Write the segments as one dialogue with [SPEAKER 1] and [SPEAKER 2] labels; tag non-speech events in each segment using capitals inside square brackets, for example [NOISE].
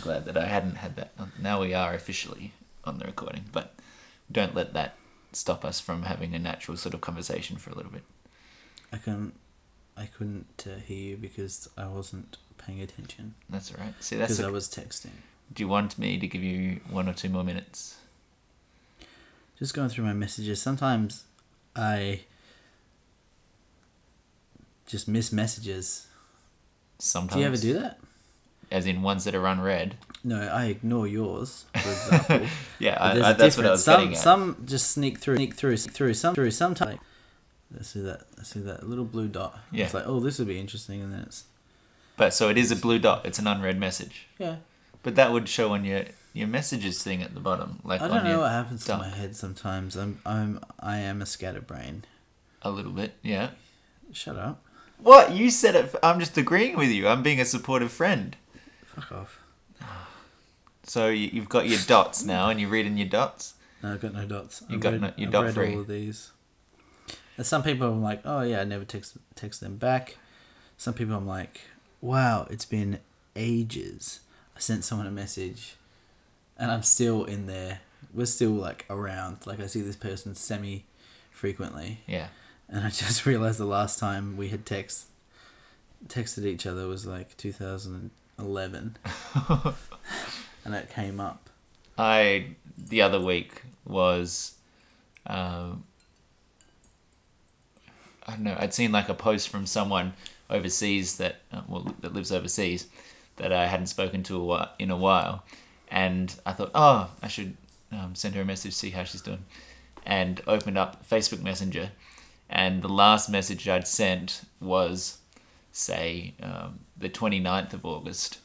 [SPEAKER 1] glad that I hadn't had that. Now we are officially on the recording, but don't let that stop us from having a natural sort of conversation for a little bit.
[SPEAKER 2] I couldn't, I couldn't uh, hear you because I wasn't paying attention
[SPEAKER 1] That's all right. See, that's.
[SPEAKER 2] because
[SPEAKER 1] A,
[SPEAKER 2] I was texting.
[SPEAKER 1] Do you want me to give you one or two more minutes?
[SPEAKER 2] Just going through my messages. Sometimes I just miss messages.
[SPEAKER 1] Sometimes.
[SPEAKER 2] Do you ever do that?
[SPEAKER 1] As in ones that are unread.
[SPEAKER 2] No, I
[SPEAKER 1] [LAUGHS]
[SPEAKER 2] ignore yours. For example,
[SPEAKER 1] Yeah,
[SPEAKER 2] But there's
[SPEAKER 1] I, I,
[SPEAKER 2] a
[SPEAKER 1] that's what I
[SPEAKER 2] difference.
[SPEAKER 1] was
[SPEAKER 2] some,
[SPEAKER 1] getting at.
[SPEAKER 2] Some just sneak through, sneak through, sneak through, some through, sometimes. I see that. I see that little blue dot.
[SPEAKER 1] Yeah.
[SPEAKER 2] It's like, oh, this would be interesting, and then it's
[SPEAKER 1] But so it is a blue dot. It's an unread message.
[SPEAKER 2] yeah.
[SPEAKER 1] But that would show on your your messages thing at the bottom, like
[SPEAKER 2] I
[SPEAKER 1] on
[SPEAKER 2] don't know
[SPEAKER 1] your
[SPEAKER 2] what happens to
[SPEAKER 1] doc.
[SPEAKER 2] my head sometimes. I'm, I'm, I am a scatterbrain.
[SPEAKER 1] a little bit. Yeah.
[SPEAKER 2] Shut up.
[SPEAKER 1] What you said it. I'm just agreeing with you. I'm being a supportive friend.
[SPEAKER 2] Fuck off.
[SPEAKER 1] So you, you've got your dots now, and you're reading your dots.
[SPEAKER 2] No, I've got no dots.
[SPEAKER 1] You
[SPEAKER 2] I've
[SPEAKER 1] got
[SPEAKER 2] read,
[SPEAKER 1] no- you're
[SPEAKER 2] I've
[SPEAKER 1] dot
[SPEAKER 2] read
[SPEAKER 1] free.
[SPEAKER 2] all of these. And some people I'm like, oh yeah, I never text text them back. Some people I'm like, wow, it's been ages. I sent someone a message, and I'm still in there. We're still like around. Like I see this person semi frequently,
[SPEAKER 1] Yeah.
[SPEAKER 2] and I [LAUGHS] just realized the last time we had text texted each other was
[SPEAKER 1] [LAUGHS]
[SPEAKER 2] like 2011, and it came up.
[SPEAKER 1] I the other week was, um, I don't know. I'd seen like a post from someone overseas that uh, well that lives overseas that I hadn't spoken to a while, in a while, and I thought, oh, I should um, send her a message, see how she's doing, and opened up Facebook Messenger, and the last message I'd sent was, say, um, the 29th of August,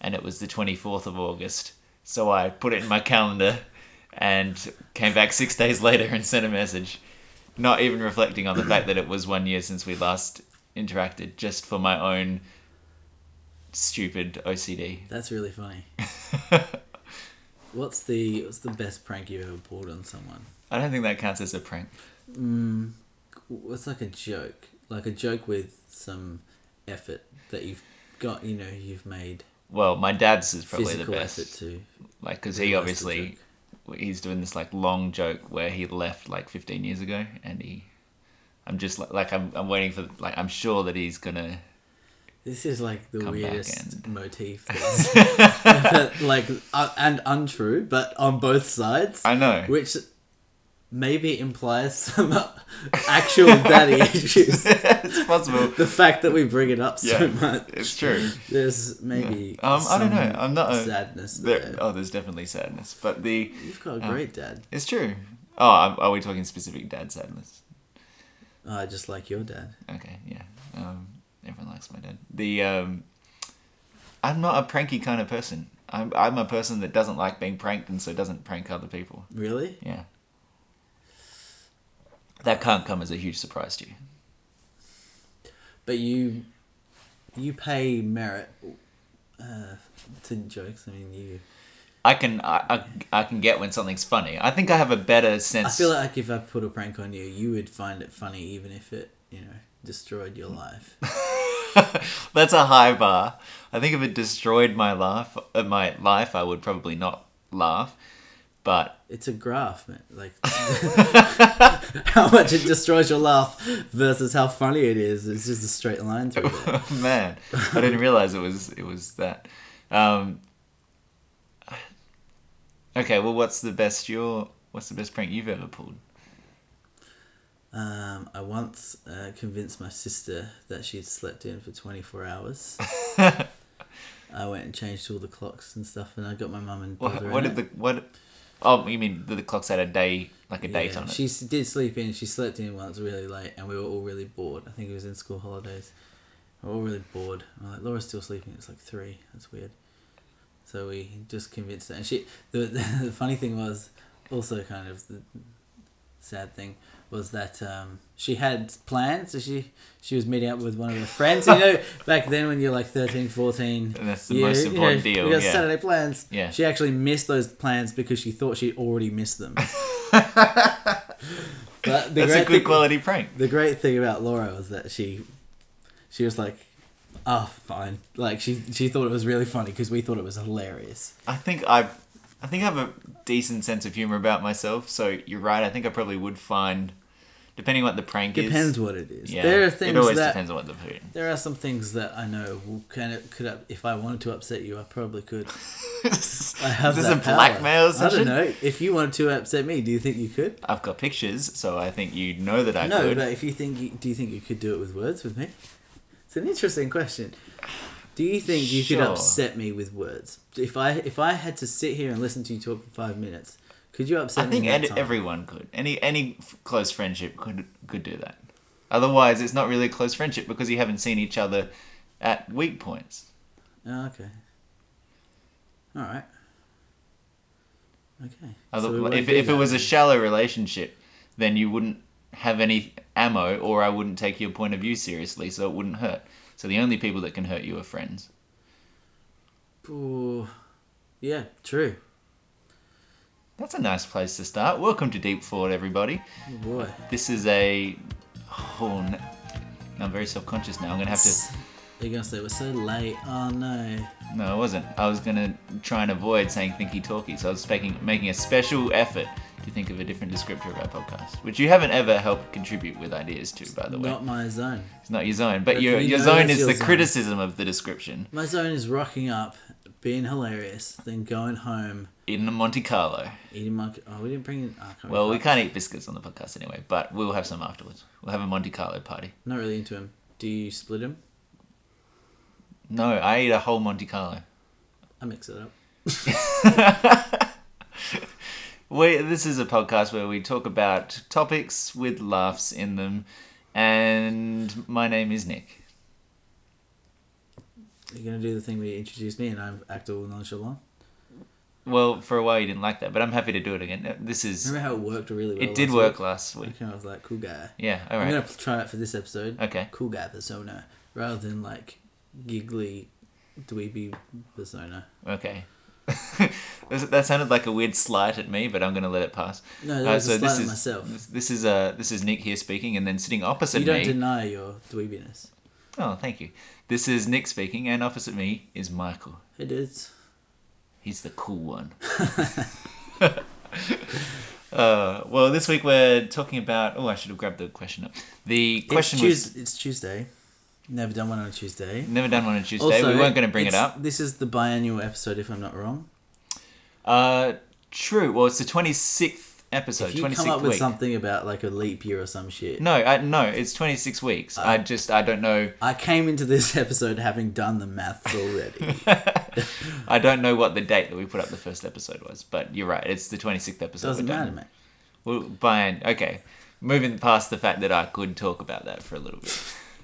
[SPEAKER 1] and it was the 24th of August. So I put it in my calendar and came back six days later and sent a message, not even reflecting on the fact that it was one year since we last interacted, just for my own stupid OCD.
[SPEAKER 2] That's
[SPEAKER 1] [LAUGHS]
[SPEAKER 2] really funny. what's the what's the best prank you've ever pulled on someone?
[SPEAKER 1] I don't think that counts as a prank.
[SPEAKER 2] What's like a joke, like a joke with some effort that you've got. You know, you've made
[SPEAKER 1] Well, my dad's is probably the
[SPEAKER 2] physical
[SPEAKER 1] best.
[SPEAKER 2] effort to.
[SPEAKER 1] Like, because he
[SPEAKER 2] Realise the
[SPEAKER 1] obviously, he's doing this like long joke where he left like 15 years ago, and he, I'm just like, like I'm, I'm waiting for like I'm sure that he's gonna.
[SPEAKER 2] This is like the
[SPEAKER 1] Come back
[SPEAKER 2] weirdest
[SPEAKER 1] and- [LAUGHS]
[SPEAKER 2] motif, that's like uh, and untrue, but on both sides,
[SPEAKER 1] I know.
[SPEAKER 2] which maybe implies some [LAUGHS] actual daddy issues.
[SPEAKER 1] [LAUGHS] it's possible.
[SPEAKER 2] The fact that we bring it up so
[SPEAKER 1] Yeah,
[SPEAKER 2] much,
[SPEAKER 1] It's true.
[SPEAKER 2] there's maybe
[SPEAKER 1] Yeah. Um, I don't know.
[SPEAKER 2] some
[SPEAKER 1] I'm not a-
[SPEAKER 2] sadness.
[SPEAKER 1] There,
[SPEAKER 2] there.
[SPEAKER 1] oh, there's definitely sadness, but the
[SPEAKER 2] You've got a great dad.
[SPEAKER 1] it's true. Oh, are are we talking specific dad sadness?
[SPEAKER 2] Oh, just like your dad.
[SPEAKER 1] Okay, yeah. Um, everyone likes my dad. The um, I'm not a pranky kind of person. I'm I'm a person that doesn't like being pranked and so doesn't prank other people.
[SPEAKER 2] Really?
[SPEAKER 1] Yeah. That can't come as a huge surprise to you.
[SPEAKER 2] But you, you pay merit uh, to jokes. I mean, you.
[SPEAKER 1] I can I, I, I can get when something's funny. I think I have a better sense.
[SPEAKER 2] I feel like if I put a prank on you, you would find it funny, even if it, you know, destroyed your life.
[SPEAKER 1] That's a high bar. I think if it destroyed my life, uh, my life, I would probably not laugh. But
[SPEAKER 2] It's a graph, man. Like [LAUGHS] how much it destroys your laugh versus how funny it is. It's just a straight
[SPEAKER 1] [LAUGHS]
[SPEAKER 2] line through it.
[SPEAKER 1] man, I didn't realize it was it was that. Um, okay, well, what's the best your what's the best prank you've ever pulled?
[SPEAKER 2] Um, I once uh, convinced my sister that she'd slept in for
[SPEAKER 1] [LAUGHS]
[SPEAKER 2] 24 hours. I went and changed all the clocks and stuff, and I got my mum and
[SPEAKER 1] What,
[SPEAKER 2] brother.
[SPEAKER 1] what
[SPEAKER 2] in
[SPEAKER 1] did the
[SPEAKER 2] it.
[SPEAKER 1] what? Oh, you mean the, the clocks had a day like a date
[SPEAKER 2] Yeah,
[SPEAKER 1] on it?
[SPEAKER 2] She s- did sleep in. She slept in once really late, and we were all really bored. I think it was in school holidays. We were all really bored. And we're like, Laura's still sleeping. It's like three. That's weird. So we just convinced her. And she, the, [LAUGHS] the funny thing was, also kind of the sad thing was that um, she had plans. So she she was meeting up with one of her friends.
[SPEAKER 1] [LAUGHS]
[SPEAKER 2] You know, back then when you're like 13, 14.
[SPEAKER 1] And that's the most important deal,
[SPEAKER 2] We got
[SPEAKER 1] yeah.
[SPEAKER 2] Saturday plans.
[SPEAKER 1] Yeah.
[SPEAKER 2] She actually missed those plans because she thought she'd already missed them. But the
[SPEAKER 1] That's a good
[SPEAKER 2] great thing,
[SPEAKER 1] quality prank.
[SPEAKER 2] the great thing about Laura was that she, she was like, oh, fine. Like she she thought it was really funny because we thought it was hilarious.
[SPEAKER 1] I think I, I think I have a decent sense of humor about myself. So you're right. I think I probably would find, depending what the prank is.
[SPEAKER 2] Depends what it is.
[SPEAKER 1] Yeah,
[SPEAKER 2] there are
[SPEAKER 1] it
[SPEAKER 2] things
[SPEAKER 1] always
[SPEAKER 2] that
[SPEAKER 1] depends on what the
[SPEAKER 2] [LAUGHS]
[SPEAKER 1] food.
[SPEAKER 2] there are some things that I know will kind of could up, if I wanted to upset you, I probably could.
[SPEAKER 1] [LAUGHS]
[SPEAKER 2] I have
[SPEAKER 1] is this
[SPEAKER 2] that
[SPEAKER 1] a
[SPEAKER 2] power.
[SPEAKER 1] blackmail
[SPEAKER 2] I don't
[SPEAKER 1] session?
[SPEAKER 2] know. If you wanted to upset me, do you think you could?
[SPEAKER 1] I've got pictures, so I think you know that I
[SPEAKER 2] no,
[SPEAKER 1] could.
[SPEAKER 2] but if you think, you, do you think you could do it with words with me? It's an interesting question. Do you think you could
[SPEAKER 1] Sure.
[SPEAKER 2] upset me with words? If I if I had to sit here and listen to you talk for five minutes, could you upset
[SPEAKER 1] I think
[SPEAKER 2] me? in that
[SPEAKER 1] ed-
[SPEAKER 2] time?
[SPEAKER 1] everyone could. Any any f- close friendship could could do that. Otherwise, it's not really a close friendship because you haven't seen each other at weak points.
[SPEAKER 2] Oh, okay. All right. Okay.
[SPEAKER 1] Other,
[SPEAKER 2] So we won't
[SPEAKER 1] if
[SPEAKER 2] do
[SPEAKER 1] if it
[SPEAKER 2] that
[SPEAKER 1] was a
[SPEAKER 2] then.
[SPEAKER 1] shallow relationship, then you wouldn't have any ammo, or I wouldn't take your point of view seriously, so it wouldn't hurt. So the only people that can hurt you are friends.
[SPEAKER 2] Ooh. yeah, true.
[SPEAKER 1] That's a nice place to start. Welcome to Deep Forward, everybody.
[SPEAKER 2] Oh, boy.
[SPEAKER 1] This is a. Oh, n- I'm very self conscious now. I'm gonna have to.
[SPEAKER 2] They're gonna say we're so late. Oh no.
[SPEAKER 1] No, I wasn't. I was gonna try and avoid saying thinky talky, so I was making making a special effort to think of a different descriptor of our podcast, which you haven't ever helped contribute with ideas to, by the way.
[SPEAKER 2] Not my zone.
[SPEAKER 1] it's not your zone, but
[SPEAKER 2] But
[SPEAKER 1] your
[SPEAKER 2] we
[SPEAKER 1] your
[SPEAKER 2] know
[SPEAKER 1] zone
[SPEAKER 2] that's
[SPEAKER 1] is
[SPEAKER 2] your
[SPEAKER 1] the
[SPEAKER 2] zone.
[SPEAKER 1] criticism of the description
[SPEAKER 2] My zone is rocking up, being hilarious, then going home,
[SPEAKER 1] in Monte Carlo.
[SPEAKER 2] eating my. Oh, we didn't bring in. Oh, I can't
[SPEAKER 1] Well, we
[SPEAKER 2] remember.
[SPEAKER 1] can't eat biscuits on the podcast anyway, but we'll have some afterwards. We'll have a Monte Carlo party.
[SPEAKER 2] Not really into him. Do you split him?
[SPEAKER 1] No, I eat a whole Monte Carlo.
[SPEAKER 2] I mix it up.
[SPEAKER 1] We, this is a podcast where we talk about topics with laughs in them, and my name is Nick.
[SPEAKER 2] You're gonna do the thing where you introduce me and I act all nonchalant.
[SPEAKER 1] Well, for a while you didn't like that, but I'm happy to do it again. Uh, This is
[SPEAKER 2] Remember how it worked really well.
[SPEAKER 1] it did
[SPEAKER 2] last
[SPEAKER 1] work last week.
[SPEAKER 2] Week? Okay, I was like, cool guy.
[SPEAKER 1] Yeah, all
[SPEAKER 2] I'm
[SPEAKER 1] right.
[SPEAKER 2] gonna try that for this episode.
[SPEAKER 1] Okay.
[SPEAKER 2] Cool guy persona rather than like giggly, dweeby persona.
[SPEAKER 1] Okay. [LAUGHS] That's- that sounded like a weird slight at me, but I'm going to let it pass.
[SPEAKER 2] No, that
[SPEAKER 1] Uh,
[SPEAKER 2] was a slight
[SPEAKER 1] this
[SPEAKER 2] on
[SPEAKER 1] is
[SPEAKER 2] myself.
[SPEAKER 1] this- This is uh this is Nick here speaking and then sitting opposite
[SPEAKER 2] you don't
[SPEAKER 1] me.
[SPEAKER 2] deny your dweebiness.
[SPEAKER 1] oh, thank you. This is Nick speaking and opposite me is Michael.
[SPEAKER 2] It is.
[SPEAKER 1] He's the cool
[SPEAKER 2] [LAUGHS]
[SPEAKER 1] one. [LAUGHS] uh, well, this week we're talking about oh, I should have grabbed the question up. The question
[SPEAKER 2] it's, Tues- it's Tuesday. Never done one on a Tuesday.
[SPEAKER 1] was never done one on Tuesday. we weren't going to bring it
[SPEAKER 2] it's-
[SPEAKER 1] up.
[SPEAKER 2] This is the biannual episode, if I'm not wrong.
[SPEAKER 1] Uh, true. Well, it's the twenty sixth episode.
[SPEAKER 2] if you
[SPEAKER 1] Twenty
[SPEAKER 2] come
[SPEAKER 1] sixth
[SPEAKER 2] up
[SPEAKER 1] week.
[SPEAKER 2] with something about like a leap year or some shit,
[SPEAKER 1] No, I, no, it's twenty six weeks. I
[SPEAKER 2] Oh.
[SPEAKER 1] just I don't know.
[SPEAKER 2] I came into this [LAUGHS] episode having done the maths already.
[SPEAKER 1] [LAUGHS] I don't know what the date that we put up the first episode was. But you're right. It's the twenty sixth episode.
[SPEAKER 2] Doesn't
[SPEAKER 1] we're done.
[SPEAKER 2] matter, mate.
[SPEAKER 1] Well, Brian. Okay, moving past the fact that I could talk about that for a little bit.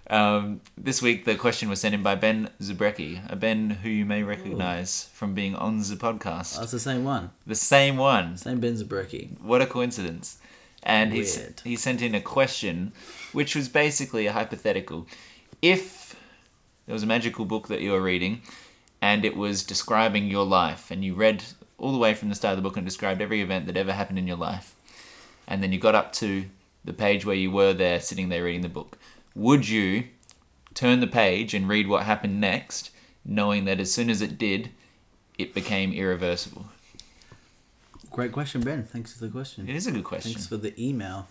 [SPEAKER 1] Um, this week the question was sent in by Ben Zubrecki, a Ben who you may recognize from being on the podcast.
[SPEAKER 2] That's the same one.
[SPEAKER 1] the same one.
[SPEAKER 2] Same Ben Zabrecki.
[SPEAKER 1] What a coincidence. And he, s-
[SPEAKER 2] Weird.
[SPEAKER 1] he sent in a question, which was basically a hypothetical. If there was a magical book that you were reading and it was describing your life, and you read all the way from the start of the book and described every event that ever happened in your life, and then you got up to the page where you were there sitting there reading the book, would you turn the page and read what happened next, knowing that as soon as it did, it became irreversible?
[SPEAKER 2] Great question, Ben. Thanks for the question.
[SPEAKER 1] It is a good question.
[SPEAKER 2] Thanks for the email.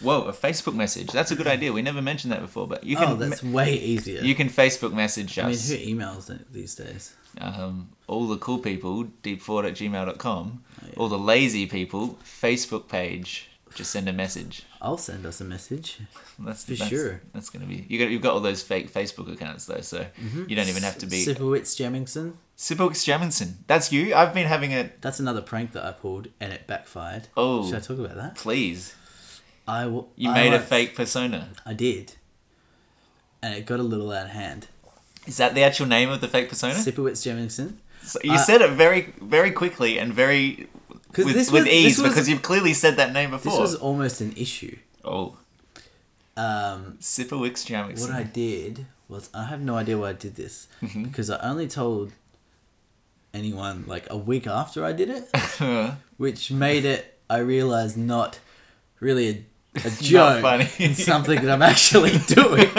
[SPEAKER 1] Whoa, a Facebook message. That's a good idea. We never mentioned that before, but you can
[SPEAKER 2] Oh, that's way easier.
[SPEAKER 1] you can Facebook message
[SPEAKER 2] I mean,
[SPEAKER 1] us.
[SPEAKER 2] who emails it these days?
[SPEAKER 1] um, all the cool people, deepforward at gmail.com.
[SPEAKER 2] Oh,
[SPEAKER 1] All the lazy people, Facebook page. Just send a message.
[SPEAKER 2] I'll send us a message.
[SPEAKER 1] That's
[SPEAKER 2] For
[SPEAKER 1] that's-
[SPEAKER 2] sure.
[SPEAKER 1] That's gonna be you. Got, you've got all those fake Facebook accounts though, so
[SPEAKER 2] Mm-hmm.
[SPEAKER 1] you don't even have to be.
[SPEAKER 2] Sipowitz Jemmingson.
[SPEAKER 1] Sibooks Jamminson. That's you. I've been having a
[SPEAKER 2] That's another prank that I pulled and it backfired.
[SPEAKER 1] Oh.
[SPEAKER 2] Should I talk about that?
[SPEAKER 1] please.
[SPEAKER 2] I w-
[SPEAKER 1] You
[SPEAKER 2] I
[SPEAKER 1] made a
[SPEAKER 2] once-
[SPEAKER 1] fake persona.
[SPEAKER 2] I did. And it got a little out of hand.
[SPEAKER 1] Is that the actual name of the fake persona?
[SPEAKER 2] Sipowitz Jemmingson.
[SPEAKER 1] So you
[SPEAKER 2] Uh,
[SPEAKER 1] said it very, very quickly and very with,
[SPEAKER 2] this
[SPEAKER 1] with
[SPEAKER 2] was-
[SPEAKER 1] ease
[SPEAKER 2] this was-
[SPEAKER 1] because you've clearly said that name before.
[SPEAKER 2] This was almost an issue.
[SPEAKER 1] oh,
[SPEAKER 2] Um,
[SPEAKER 1] Sipper Wicks Jamix.
[SPEAKER 2] what I did was I have no idea why I did this because I only told anyone like a week after I did it, which made it I realized not really a, a joke
[SPEAKER 1] funny.
[SPEAKER 2] [LAUGHS] and something that I'm actually doing.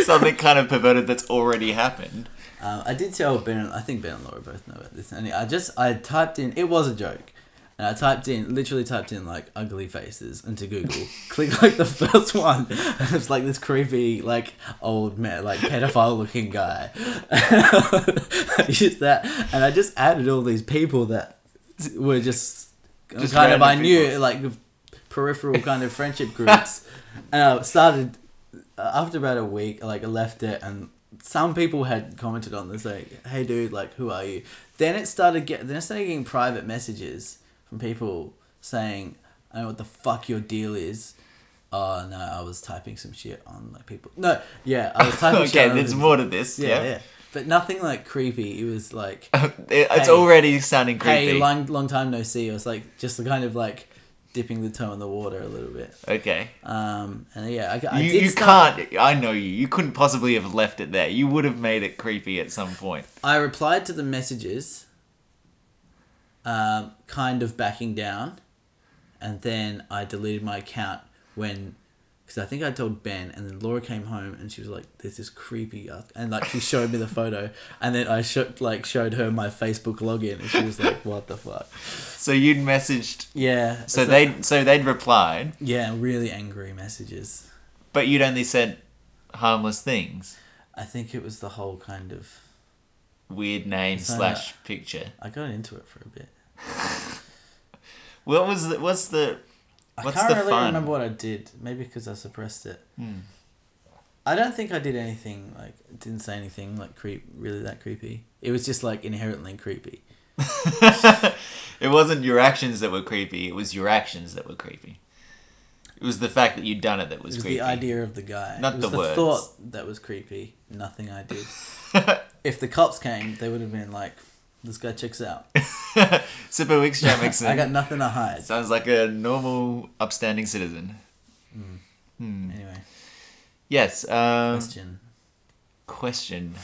[SPEAKER 1] [LAUGHS] something kind of perverted that's already
[SPEAKER 2] [LAUGHS]
[SPEAKER 1] happened.
[SPEAKER 2] Um, I did tell Ben. I think Ben and Laura both know about this. And I just I typed in. It was a joke, and I typed in literally typed in like ugly faces into
[SPEAKER 1] [LAUGHS]
[SPEAKER 2] Google. Click like the first one. And it's like this creepy like old man like pedophile looking guy. [LAUGHS] I used that, and I just added all these people that were just,
[SPEAKER 1] Just
[SPEAKER 2] kind of I
[SPEAKER 1] random
[SPEAKER 2] knew
[SPEAKER 1] people.
[SPEAKER 2] like peripheral kind of
[SPEAKER 1] [LAUGHS]
[SPEAKER 2] friendship groups, and I started uh, after about a week, like I left it, and some people had commented on this, like, "Hey, dude, like, who are you?" Then it started get, then I started getting private messages from people saying, "I know what the fuck your deal is." Oh no, I was typing some shit on like people. No, yeah,
[SPEAKER 1] [LAUGHS]
[SPEAKER 2] I was typing. shit
[SPEAKER 1] okay,
[SPEAKER 2] on
[SPEAKER 1] there's
[SPEAKER 2] other
[SPEAKER 1] more to this.
[SPEAKER 2] people.
[SPEAKER 1] Yeah,
[SPEAKER 2] yeah, yeah, but nothing like creepy. It was like
[SPEAKER 1] [LAUGHS] It- it's
[SPEAKER 2] Hey.
[SPEAKER 1] already sounding creepy.
[SPEAKER 2] hey, long long time no see. It was like just kind of like dipping the toe in the water a little bit.
[SPEAKER 1] okay,
[SPEAKER 2] Um, and yeah, I, I
[SPEAKER 1] you,
[SPEAKER 2] did
[SPEAKER 1] you
[SPEAKER 2] start-
[SPEAKER 1] can't. I know you. You couldn't possibly have left it there. You would have made it creepy at some point.
[SPEAKER 2] I replied to the messages, um, kind of backing down, and then I deleted my account when, because I think I told Ben, and then Laura came home and she was like, "There's this creepy," uh," and like she showed me the photo, and then I showed like showed her my Facebook login, and she was like, [LAUGHS] "What the fuck?"
[SPEAKER 1] So you'd messaged.
[SPEAKER 2] Yeah.
[SPEAKER 1] So they so they'd replied,
[SPEAKER 2] yeah, really angry messages.
[SPEAKER 1] but you'd only said harmless things,
[SPEAKER 2] I think it was the whole kind of.
[SPEAKER 1] weird name
[SPEAKER 2] So-
[SPEAKER 1] slash picture.
[SPEAKER 2] I got into it for a bit.
[SPEAKER 1] What was the, what's the [LAUGHS]
[SPEAKER 2] I
[SPEAKER 1] What's
[SPEAKER 2] can't
[SPEAKER 1] the
[SPEAKER 2] really
[SPEAKER 1] fun? Hmm.
[SPEAKER 2] remember what I did. Maybe because I suppressed it. I don't think I did anything like didn't say anything like creep really that creepy. It was just like inherently creepy.
[SPEAKER 1] it wasn't your actions that were creepy. It was your actions that were creepy. It was the fact that you'd done it that was,
[SPEAKER 2] It was
[SPEAKER 1] creepy.
[SPEAKER 2] the idea of the guy.
[SPEAKER 1] Not
[SPEAKER 2] it was
[SPEAKER 1] the words.
[SPEAKER 2] thought that was creepy. Nothing
[SPEAKER 1] [LAUGHS]
[SPEAKER 2] I did. if the cops came, they would have been like, "This guy checks out.
[SPEAKER 1] Super Wicks Jam Mixon
[SPEAKER 2] [LAUGHS] I got nothing to hide."
[SPEAKER 1] sounds like a normal, upstanding citizen. Hmm.
[SPEAKER 2] Anyway,
[SPEAKER 1] Yes. Um,
[SPEAKER 2] question.
[SPEAKER 1] question.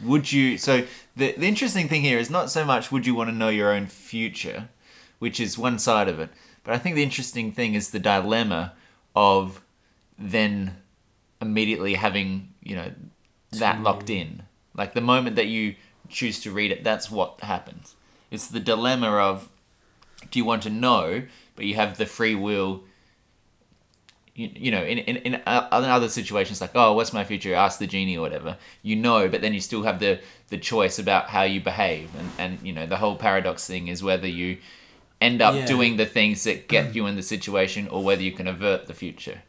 [SPEAKER 1] Would you? So the the interesting thing here is not so much would you want to know your own future, which is one side of it, but I think the interesting thing is the dilemma of then immediately having you know that locked in. Like the moment that you choose to read it, that's what happens. It's the dilemma of do you want to know, but you have the free will you, you know, in, in, uh, in o- other other situations, like, oh, what's my future? Ask the genie or whatever. You know, but then you still have the, the choice about how you behave. And, and, you know, the whole paradox thing is whether you end up
[SPEAKER 2] Yeah.
[SPEAKER 1] doing the things that get you in the situation or whether you can avert the future.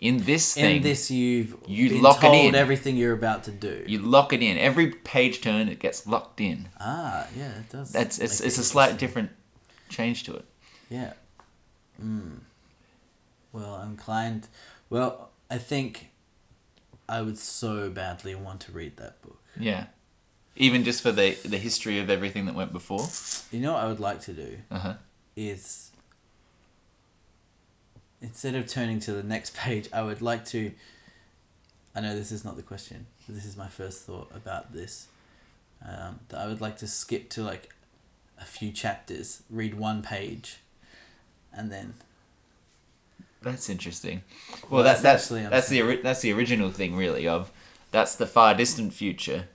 [SPEAKER 1] In this thing,
[SPEAKER 2] In this, you've
[SPEAKER 1] You
[SPEAKER 2] been
[SPEAKER 1] lock it
[SPEAKER 2] told
[SPEAKER 1] in.
[SPEAKER 2] everything you're about to do.
[SPEAKER 1] you lock it in. Every page turn, it gets locked in.
[SPEAKER 2] ah, yeah, it does.
[SPEAKER 1] That's it's,
[SPEAKER 2] make
[SPEAKER 1] it's
[SPEAKER 2] it
[SPEAKER 1] a slight
[SPEAKER 2] interesting.
[SPEAKER 1] different change to it.
[SPEAKER 2] Yeah. Mm. Well, I'm inclined. Well, I think I would so badly want to read that book.
[SPEAKER 1] Yeah. Even just for the, the history of everything that went before.
[SPEAKER 2] You know what I would like to do
[SPEAKER 1] Uh-huh.
[SPEAKER 2] is instead of turning to the next [LAUGHS] page, I would like to. I know this is not the question, but this is my first thought about this. Um, that I would like to skip to like a few chapters, read one page, and then
[SPEAKER 1] That's interesting. Well,
[SPEAKER 2] Well,
[SPEAKER 1] that's that's
[SPEAKER 2] that's actually
[SPEAKER 1] that's the ori- that's the original thing, really. Of that's the far distant future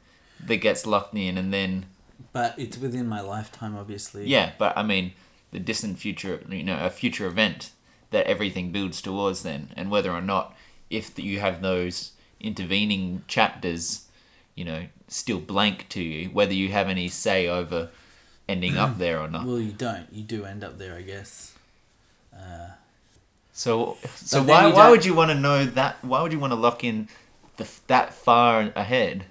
[SPEAKER 1] that gets locked in, and then
[SPEAKER 2] But it's within my lifetime, obviously.
[SPEAKER 1] yeah. But I mean, the distant future, you know, a future event that everything builds towards then, and whether or not if you have those intervening chapters, you know, still blank to you, whether you have any say over ending up there or not.
[SPEAKER 2] Well, you don't. You do end up there, I guess.
[SPEAKER 1] So, so
[SPEAKER 2] then
[SPEAKER 1] why
[SPEAKER 2] you
[SPEAKER 1] why
[SPEAKER 2] don't-
[SPEAKER 1] would you want to know that? Why would you want to lock in the, that far ahead?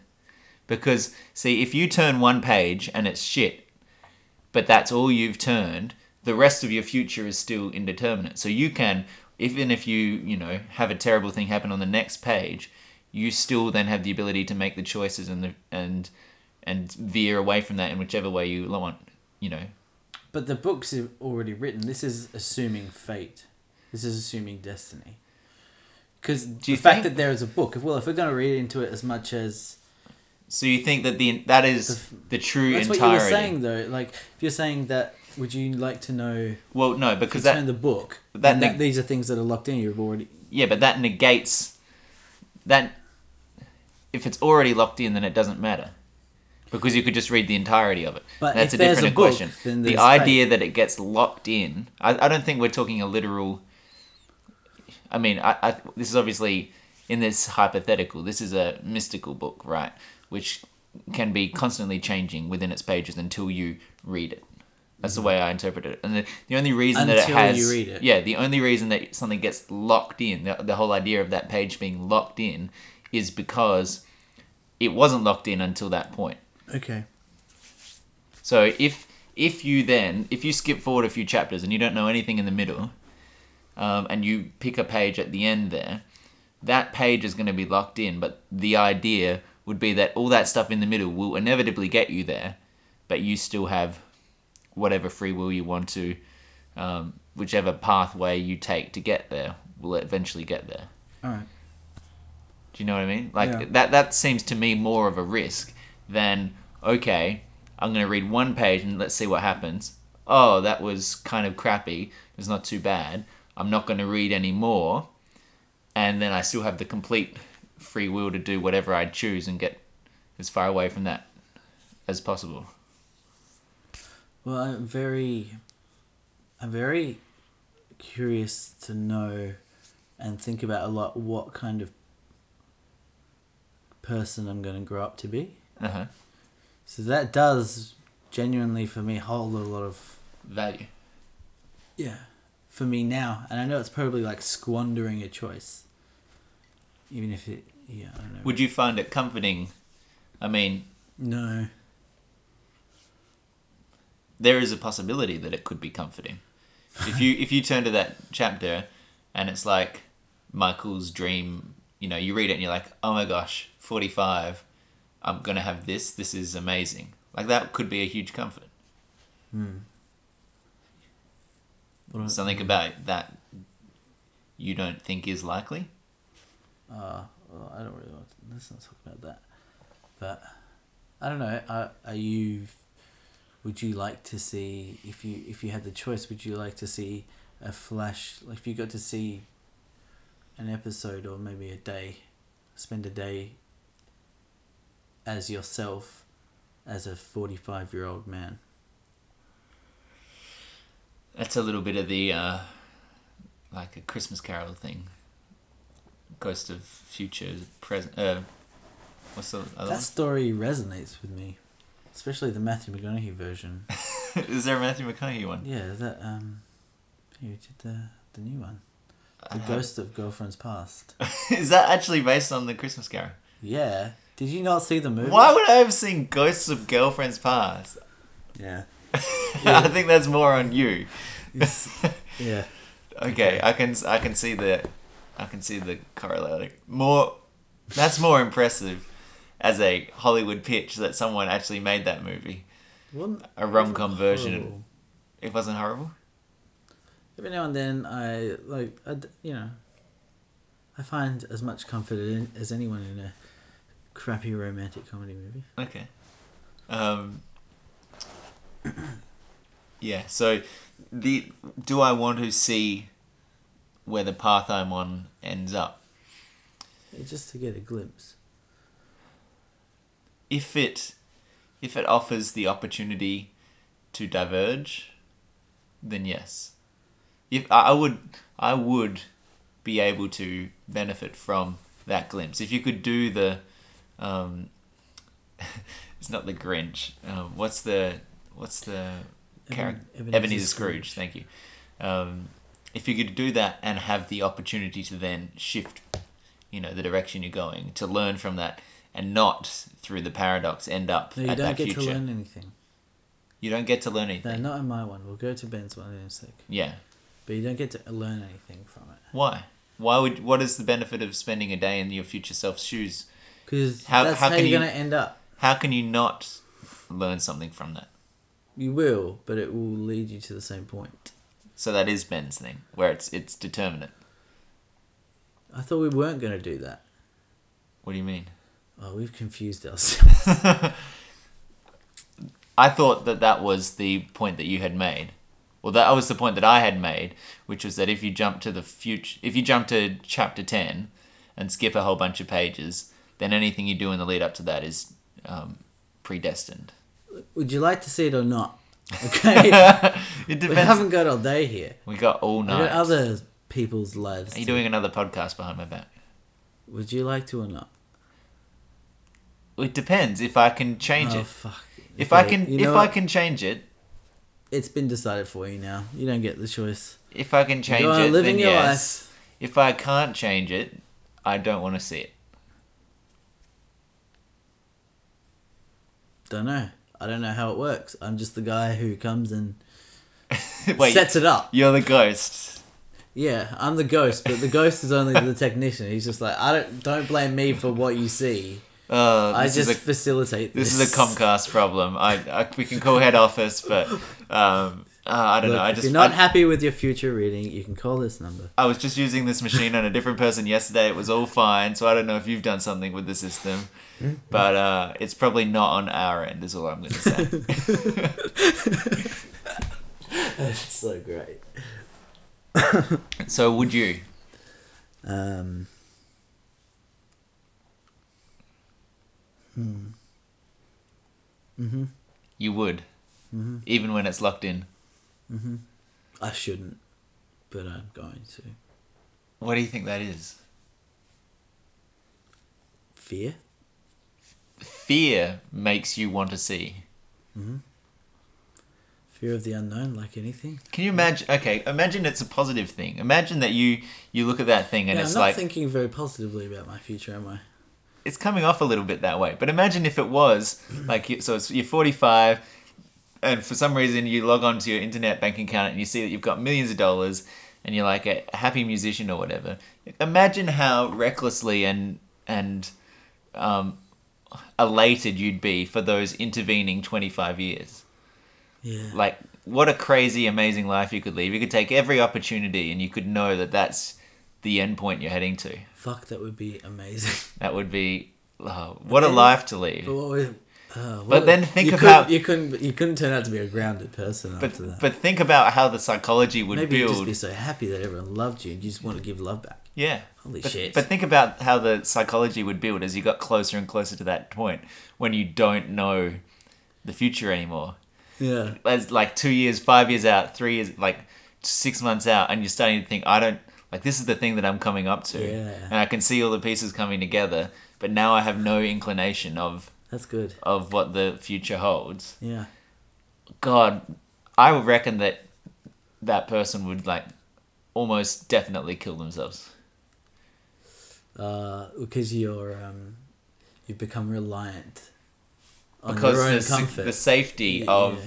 [SPEAKER 1] Because see, if you turn one page and it's shit, but that's all you've turned, the rest of your future is still indeterminate. So you can, even if you you know have a terrible thing happen on the next page, you still then have the ability to make the choices and the, and and veer away from that in whichever way you want. You know,
[SPEAKER 2] But the books are already written. This is assuming fate. This is assuming destiny. Because the
[SPEAKER 1] you
[SPEAKER 2] fact
[SPEAKER 1] think-
[SPEAKER 2] that there is a book, if well, if we're going to read into it as much as
[SPEAKER 1] so you think that the that is the true
[SPEAKER 2] that's what you were
[SPEAKER 1] entirety.
[SPEAKER 2] saying though, like if you're saying that, would you like to know?
[SPEAKER 1] Well, no, because
[SPEAKER 2] Because
[SPEAKER 1] that
[SPEAKER 2] the book.
[SPEAKER 1] that
[SPEAKER 2] and
[SPEAKER 1] neg-
[SPEAKER 2] that these are things that are locked in. You've already
[SPEAKER 1] yeah, but that negates that if it's already locked in, then it doesn't matter. Because you could just read the entirety of it.
[SPEAKER 2] But
[SPEAKER 1] That's a
[SPEAKER 2] if there's
[SPEAKER 1] different
[SPEAKER 2] a book,
[SPEAKER 1] question.
[SPEAKER 2] then
[SPEAKER 1] the
[SPEAKER 2] there's
[SPEAKER 1] idea that it gets locked in, I, I don't think we're talking a literal. I mean, I, I, this is obviously in this hypothetical. This is a mystical book, right? Which can be constantly changing within its pages until you read it. That's the way I interpret it. And the, the only reason that it
[SPEAKER 2] Until
[SPEAKER 1] has
[SPEAKER 2] you read it.
[SPEAKER 1] yeah, the only reason that something gets locked in, the, the whole idea of that page being locked in, is because it wasn't locked in until that point.
[SPEAKER 2] Okay.
[SPEAKER 1] So if if you then if you skip forward a few chapters and you don't know anything in the middle, um, and you pick a page at the end there, that page is going to be locked in. But the idea would be that all that stuff in the middle will inevitably get you there, but you still have whatever free will you want to, um, whichever pathway you take to get there will eventually get there.
[SPEAKER 2] All right.
[SPEAKER 1] Do you know what I mean? Like
[SPEAKER 2] Yeah.
[SPEAKER 1] that that seems to me more of a risk than okay, I'm going to read one page and let's see what happens. Oh, that was kind of crappy. It was not too bad. I'm not going to read any more. And then I still have the complete free will to do whatever I choose and get as far away from that as possible.
[SPEAKER 2] Well, I'm very, I'm very curious to know and think about a lot what kind of person I'm going to grow up to be.
[SPEAKER 1] Uh-huh.
[SPEAKER 2] So that does genuinely for me hold a lot of
[SPEAKER 1] Value.
[SPEAKER 2] yeah for me now, and I know it's probably like squandering a choice, even if it yeah I don't know.
[SPEAKER 1] Would you find it comforting? I mean,
[SPEAKER 2] no,
[SPEAKER 1] there is a possibility that it could be comforting. If you if you turn to that chapter and it's like Michael's dream, you know, you read it and you're like, "Oh my gosh, 45. I'm going to have this. This is amazing." Like that could be a huge comfort.
[SPEAKER 2] what am I-
[SPEAKER 1] Something about that you don't think is likely.
[SPEAKER 2] Uh, well, I don't really want to, let's not talk about that. But I don't know. Are, are you? Would you like to see if you if you had the choice? Would you like to see a flash? Like if you got to see an episode or maybe a day, spend a day as yourself, as a forty five year old man.
[SPEAKER 1] That's a little bit of the uh, like a Christmas Carol thing. Ghost of future present. Uh, what's the other
[SPEAKER 2] That story resonates with me, especially the Matthew McConaughey version.
[SPEAKER 1] one? [LAUGHS] is there a Matthew McConaughey one?
[SPEAKER 2] Yeah, that um, who did the the new one?
[SPEAKER 1] I
[SPEAKER 2] The
[SPEAKER 1] haven't-
[SPEAKER 2] Ghost of Girlfriend's Past.
[SPEAKER 1] [LAUGHS] Is that actually based on the Christmas Carol?
[SPEAKER 2] Yeah. Did you not see the movie?
[SPEAKER 1] Why would I have seen Ghosts of Girlfriends Past?
[SPEAKER 2] Yeah.
[SPEAKER 1] [LAUGHS] I think that's more on you. [LAUGHS]
[SPEAKER 2] It's- yeah.
[SPEAKER 1] Okay, I can I can see the I can see the correlating. More that's more impressive as a Hollywood pitch that someone actually made that movie.
[SPEAKER 2] Well,
[SPEAKER 1] A rom-com version.
[SPEAKER 2] horrible.
[SPEAKER 1] It wasn't horrible.
[SPEAKER 2] Every now and then, I like, I d you know, I find as much comfort in, as anyone in a crappy romantic comedy movie.
[SPEAKER 1] Okay. Um, [CLEARS THROAT] yeah. So, the do I want to see where the path I'm on ends up?
[SPEAKER 2] Yeah, Just to get a glimpse.
[SPEAKER 1] if it if it offers the opportunity to diverge, then yes. If I I would I would be able to benefit from that glimpse. If you could do the um [LAUGHS] it's not the Grinch. Um, what's the what's the character
[SPEAKER 2] Eben-
[SPEAKER 1] Ebenezer, Scrooge, thank you. Um, if you could do that and have the opportunity to then shift, you know, the direction you're going, to learn from that and not through the paradox end up
[SPEAKER 2] No, you
[SPEAKER 1] at
[SPEAKER 2] don't
[SPEAKER 1] that
[SPEAKER 2] get
[SPEAKER 1] future.
[SPEAKER 2] to learn anything.
[SPEAKER 1] You don't get to learn
[SPEAKER 2] No,
[SPEAKER 1] anything.
[SPEAKER 2] not in my one. We'll go to Ben's one in a sec.
[SPEAKER 1] Yeah.
[SPEAKER 2] But you don't get to learn anything from it.
[SPEAKER 1] Why? Why would what is the benefit of spending a day in your future self's shoes?
[SPEAKER 2] Because
[SPEAKER 1] How-
[SPEAKER 2] that's
[SPEAKER 1] how
[SPEAKER 2] how,
[SPEAKER 1] can
[SPEAKER 2] you're
[SPEAKER 1] you-
[SPEAKER 2] going to end up.
[SPEAKER 1] How can you not learn something from that?
[SPEAKER 2] You will, but it will lead you to the same point.
[SPEAKER 1] So that is Ben's thing, where it's it's determinate.
[SPEAKER 2] I thought we weren't going to do that.
[SPEAKER 1] What do you mean?
[SPEAKER 2] Oh, we've confused ourselves. [LAUGHS]
[SPEAKER 1] I thought that that was the point that you had made. Well, that was the point that I had made, which was that if you jump to the future, if you jump to chapter ten, and skip a whole bunch of pages, then anything you do in the lead up to that is um, predestined. [LAUGHS]
[SPEAKER 2] Would you like to see it or not? Okay.
[SPEAKER 1] it
[SPEAKER 2] we
[SPEAKER 1] depends.
[SPEAKER 2] haven't got all day here.
[SPEAKER 1] We, got all
[SPEAKER 2] We've got
[SPEAKER 1] night.
[SPEAKER 2] other people's lives.
[SPEAKER 1] Are you
[SPEAKER 2] to-
[SPEAKER 1] doing another podcast behind my back?
[SPEAKER 2] Would you like to or not?
[SPEAKER 1] It depends if I can change
[SPEAKER 2] Oh
[SPEAKER 1] it.
[SPEAKER 2] fuck.
[SPEAKER 1] If
[SPEAKER 2] Okay,
[SPEAKER 1] I can,
[SPEAKER 2] you
[SPEAKER 1] if
[SPEAKER 2] know
[SPEAKER 1] I
[SPEAKER 2] what?
[SPEAKER 1] can change it,
[SPEAKER 2] it's been decided for you now. You don't get the choice.
[SPEAKER 1] if I can change
[SPEAKER 2] you are
[SPEAKER 1] it,
[SPEAKER 2] living
[SPEAKER 1] then
[SPEAKER 2] your
[SPEAKER 1] yes. If I can't change it, I don't want to see it. [LAUGHS]
[SPEAKER 2] life. Don't know. I don't know how it works. I'm just the guy who comes and
[SPEAKER 1] Wait,
[SPEAKER 2] sets it up.
[SPEAKER 1] you're the ghost.
[SPEAKER 2] Yeah, I'm the ghost, but the ghost is only the [LAUGHS] technician. He's just like, I don't don't blame me for what you see.
[SPEAKER 1] Uh,
[SPEAKER 2] I
[SPEAKER 1] this
[SPEAKER 2] just
[SPEAKER 1] is a,
[SPEAKER 2] facilitate
[SPEAKER 1] this is
[SPEAKER 2] this.
[SPEAKER 1] a Comcast problem. I, I we can call head office, but um, uh, I don't
[SPEAKER 2] Look,
[SPEAKER 1] know. I
[SPEAKER 2] if
[SPEAKER 1] just
[SPEAKER 2] you're not
[SPEAKER 1] I-
[SPEAKER 2] happy with your future reading, you can call this number. [LAUGHS]
[SPEAKER 1] I was just using this machine on a different person yesterday. It was all fine, so I don't know if you've done something with the system,
[SPEAKER 2] Hmm?
[SPEAKER 1] but uh, it's probably not on our end. Is all I'm going to
[SPEAKER 2] [LAUGHS]
[SPEAKER 1] say.
[SPEAKER 2] That's so great.
[SPEAKER 1] so, would you?
[SPEAKER 2] Um,
[SPEAKER 1] You would,
[SPEAKER 2] Mm-hmm.
[SPEAKER 1] even when it's locked in.
[SPEAKER 2] I shouldn't, but I'm going to.
[SPEAKER 1] What do you think that is?
[SPEAKER 2] Fear?
[SPEAKER 1] Fear makes you want to see.
[SPEAKER 2] Fear of the unknown, like anything.
[SPEAKER 1] Can you imagine? Okay, imagine it's a positive thing. Imagine that you you look at that thing and
[SPEAKER 2] yeah, I'm
[SPEAKER 1] it's
[SPEAKER 2] not
[SPEAKER 1] like
[SPEAKER 2] thinking very positively about my future, am I?
[SPEAKER 1] it's coming off a little bit that way. But imagine if it was like you- so it's, you're 45, and for some reason you log on to your internet bank account and you see that you've got millions of dollars, and you're like a happy musician or whatever. Imagine how recklessly and and um, elated you'd be for those intervening 25 years.
[SPEAKER 2] Yeah.
[SPEAKER 1] Like what a crazy, amazing life you could live. You could take every opportunity, and you could know that that's the end point you're heading to.
[SPEAKER 2] Fuck, that would be amazing.
[SPEAKER 1] [LAUGHS] That would be. oh, what a
[SPEAKER 2] then-
[SPEAKER 1] life to lead.
[SPEAKER 2] but what would, uh, what
[SPEAKER 1] But then
[SPEAKER 2] would-
[SPEAKER 1] think
[SPEAKER 2] you
[SPEAKER 1] about-
[SPEAKER 2] Could, you couldn't. You couldn't turn out to be a grounded person
[SPEAKER 1] But
[SPEAKER 2] after that.
[SPEAKER 1] but think about how the psychology would
[SPEAKER 2] Maybe you'd
[SPEAKER 1] build.
[SPEAKER 2] just be so happy that everyone loved you, and you just want to give love back.
[SPEAKER 1] Yeah.
[SPEAKER 2] Holy
[SPEAKER 1] but,
[SPEAKER 2] shit.
[SPEAKER 1] But think about how the psychology would build as you got closer and closer to that point when you don't know the future anymore.
[SPEAKER 2] Yeah.
[SPEAKER 1] As like two years, five years out, three years, like six months out, and you're starting to think, I don't like this is the thing that I'm coming up to,
[SPEAKER 2] Yeah.
[SPEAKER 1] and I can see all the pieces coming together, but now I have no inclination of
[SPEAKER 2] That's good.
[SPEAKER 1] of what the future holds.
[SPEAKER 2] Yeah.
[SPEAKER 1] God, I would reckon that that person would like almost definitely kill themselves.
[SPEAKER 2] Uh, because you're um, you've become reliant on
[SPEAKER 1] Because
[SPEAKER 2] your own
[SPEAKER 1] the, s-
[SPEAKER 2] comfort.
[SPEAKER 1] the safety of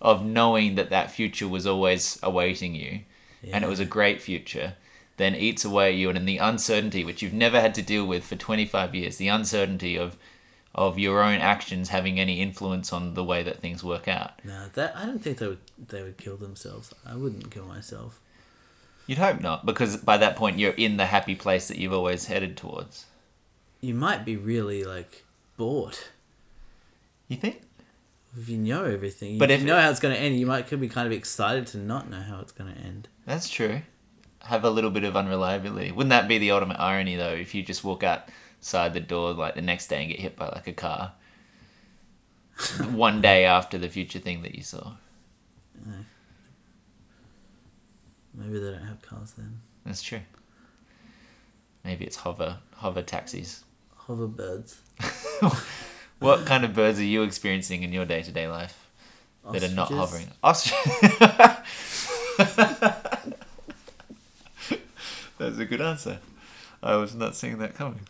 [SPEAKER 1] of knowing that that future was always awaiting you, and it was a great future, then eats away at you, and in the uncertainty which you've never had to deal with for twenty five years, the uncertainty of of your own actions having any influence on the way that things work out.
[SPEAKER 2] no, that I don't think they would. They would kill themselves. I wouldn't kill myself.
[SPEAKER 1] You'd hope not, because by that point you're in the happy place that you've always headed towards.
[SPEAKER 2] You might be really like bored
[SPEAKER 1] You think?
[SPEAKER 2] if you know everything.
[SPEAKER 1] But
[SPEAKER 2] But if
[SPEAKER 1] if-
[SPEAKER 2] you know how it's going to end, you might could be kind of excited to not know how it's going to end.
[SPEAKER 1] That's true. Have a little bit of unreliability. Wouldn't that be the ultimate irony though? If you just walk outside the door like the next day and get hit by like a car, one day after the future thing that you saw.
[SPEAKER 2] Maybe they don't have cars then.
[SPEAKER 1] That's true. Maybe it's hover hover taxis.
[SPEAKER 2] Hoverbirds.
[SPEAKER 1] What kind of birds are you experiencing in your day to day life that are not
[SPEAKER 2] Ostriches.
[SPEAKER 1] hovering? Ostr- [LAUGHS] That's a good answer. I was not seeing that coming.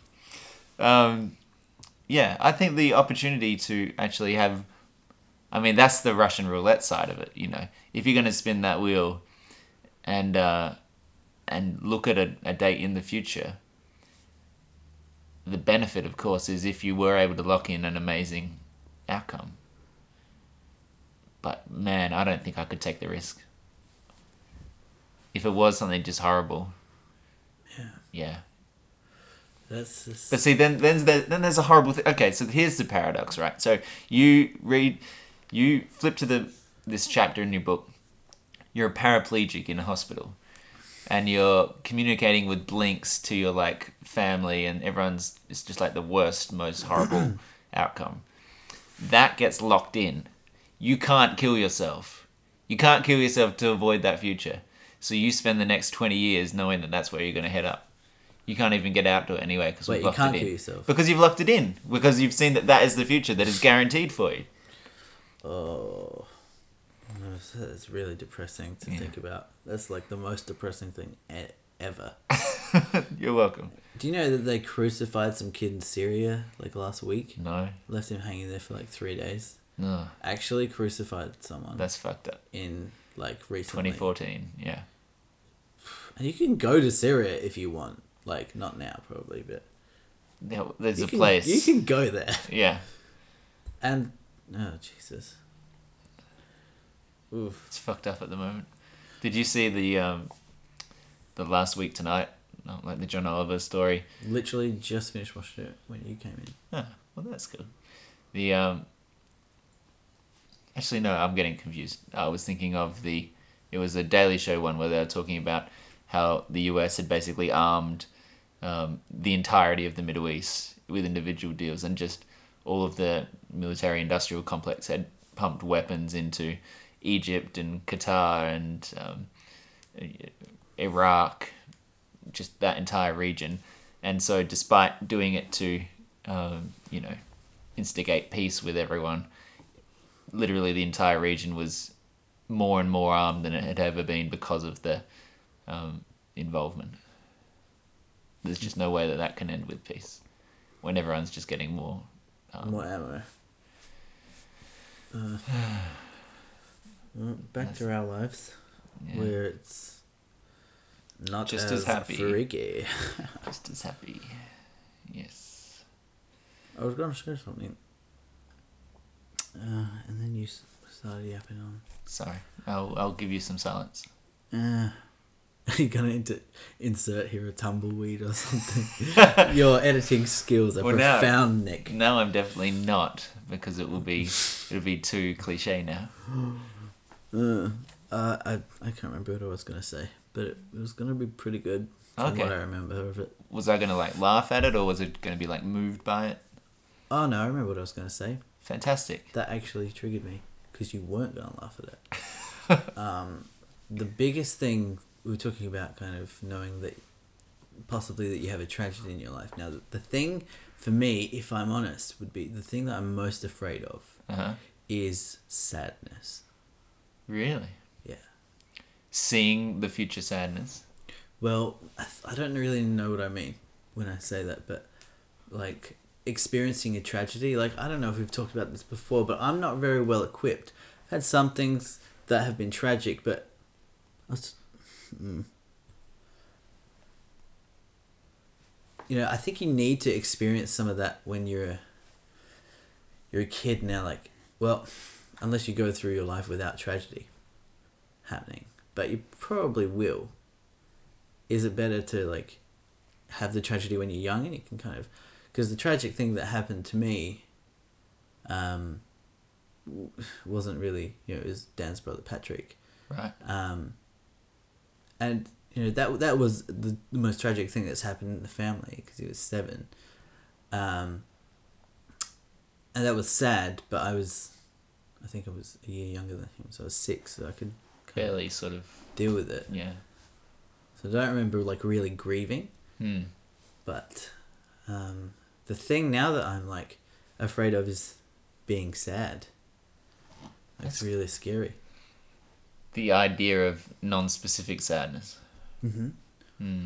[SPEAKER 1] Um, yeah, I think the opportunity to actually have. I mean, that's the Russian roulette side of it, you know. If you're going to spin that wheel and uh, and look at a, a date in the future, the benefit, of course, is if you were able to lock in an amazing outcome. But man, I don't think I could take the risk. If it was something just horrible.
[SPEAKER 2] Yeah.
[SPEAKER 1] Yeah.
[SPEAKER 2] That's just,
[SPEAKER 1] But see, then then there, then there's a horrible thing. Okay, so here's the paradox, right? So you read, you flip to the this chapter in your book. You're a paraplegic in a hospital, and you're communicating with blinks to your like family and everyone's it's just like the worst most horrible outcome that gets locked in you can't kill yourself you can't kill yourself to avoid that future so you spend the next 20 years knowing that that's where you're going to head up you can't even get out to it anyway because
[SPEAKER 2] Wait,
[SPEAKER 1] we've
[SPEAKER 2] you
[SPEAKER 1] locked
[SPEAKER 2] can't
[SPEAKER 1] it in
[SPEAKER 2] kill yourself.
[SPEAKER 1] because you've locked it in because you've seen that that is the future that is guaranteed for you
[SPEAKER 2] Oh, that's- that's really depressing to
[SPEAKER 1] Yeah.
[SPEAKER 2] think about. That's like the most depressing thing e- ever.
[SPEAKER 1] you're welcome
[SPEAKER 2] Do you know that they crucified some kid in Syria like last week?
[SPEAKER 1] no
[SPEAKER 2] Left him hanging there for like three days.
[SPEAKER 1] no
[SPEAKER 2] Actually crucified someone
[SPEAKER 1] that's fucked up
[SPEAKER 2] in like recently.
[SPEAKER 1] 2014 yeah
[SPEAKER 2] And you can go to Syria if you want. Like not now probably, but
[SPEAKER 1] There- there's
[SPEAKER 2] you
[SPEAKER 1] a
[SPEAKER 2] can,
[SPEAKER 1] place
[SPEAKER 2] You can go there. [LAUGHS]
[SPEAKER 1] yeah
[SPEAKER 2] And oh Jesus. Oof.
[SPEAKER 1] It's fucked up at the moment. Did you see the um, the last week tonight? Not like the John Oliver story.
[SPEAKER 2] Literally just finished watching it when you came in.
[SPEAKER 1] Huh, well, that's good. The um, actually no, I'm getting confused. I was thinking of the it was a Daily Show one where they were talking about how the U.S. had basically armed um, the entirety of the Middle East with individual deals, and just all of the military-industrial complex had pumped weapons into Egypt and Qatar and um, Iraq, just that entire region. And so, despite doing it to, um, you know, instigate peace with everyone, literally the entire region was more and more armed than it had ever been because of the um, involvement. There's just no way that that can end with peace when everyone's just getting more. Um,
[SPEAKER 2] More ammo. Uh, [SIGHS] well, back to our lives,
[SPEAKER 1] yeah,
[SPEAKER 2] where it's not
[SPEAKER 1] Just
[SPEAKER 2] as,
[SPEAKER 1] as happy.
[SPEAKER 2] freaky.
[SPEAKER 1] just as happy. Yes.
[SPEAKER 2] I was going to show something, uh, and then you s- started yapping on.
[SPEAKER 1] Sorry. I'll, I'll give you some silence.
[SPEAKER 2] Uh, [LAUGHS] are you gonna inter- insert here a tumbleweed or
[SPEAKER 1] [LAUGHS]
[SPEAKER 2] something? Your editing skills are
[SPEAKER 1] Well, now-
[SPEAKER 2] profound, Nick.
[SPEAKER 1] No, I'm definitely not because it will be it'll be too cliche now.
[SPEAKER 2] Uh, uh, I I can't remember what I was gonna say, but it, it was gonna be pretty good from
[SPEAKER 1] Okay.
[SPEAKER 2] what I remember of it.
[SPEAKER 1] Was I gonna like laugh at it or was it gonna be like moved by it?
[SPEAKER 2] Oh no, I remember what I was going to say.
[SPEAKER 1] Fantastic.
[SPEAKER 2] That actually triggered me because you weren't going to laugh at it. um, the biggest thing we were talking about, kind of knowing that possibly that you have a tragedy in your life. Now, the, the thing for me, if I'm honest, would be the thing that I'm most afraid of
[SPEAKER 1] Uh huh.
[SPEAKER 2] is sadness.
[SPEAKER 1] Really?
[SPEAKER 2] Yeah.
[SPEAKER 1] Seeing the future sadness.
[SPEAKER 2] Well, I, th- I don't really know what I mean when I say that, but like experiencing a tragedy, like I don't know if we've talked about this before, but I'm not very well equipped. I've had some things that have been tragic, but I was, mm. you know, I think you need to experience some of that when you're a, you're a kid now. Like, well, unless you go through your life without tragedy happening, but you probably will is it better to like have the tragedy when you're young and you can kind of because the tragic thing that happened to me um w- wasn't really you know it was dan's brother patrick
[SPEAKER 1] Right.
[SPEAKER 2] um and you know that that was the, the most tragic thing that's happened in the family because he was seven um and that was sad but i was i think i was a year younger than him so i was six so i could kind
[SPEAKER 1] Barely sort of
[SPEAKER 2] of deal with it
[SPEAKER 1] yeah.
[SPEAKER 2] so i don't remember like really grieving
[SPEAKER 1] Hmm.
[SPEAKER 2] but um, the thing now that I'm like afraid of is being sad. That's
[SPEAKER 1] That's-
[SPEAKER 2] really scary.
[SPEAKER 1] The idea of non specific sadness.
[SPEAKER 2] Mm-hmm.
[SPEAKER 1] Hmm.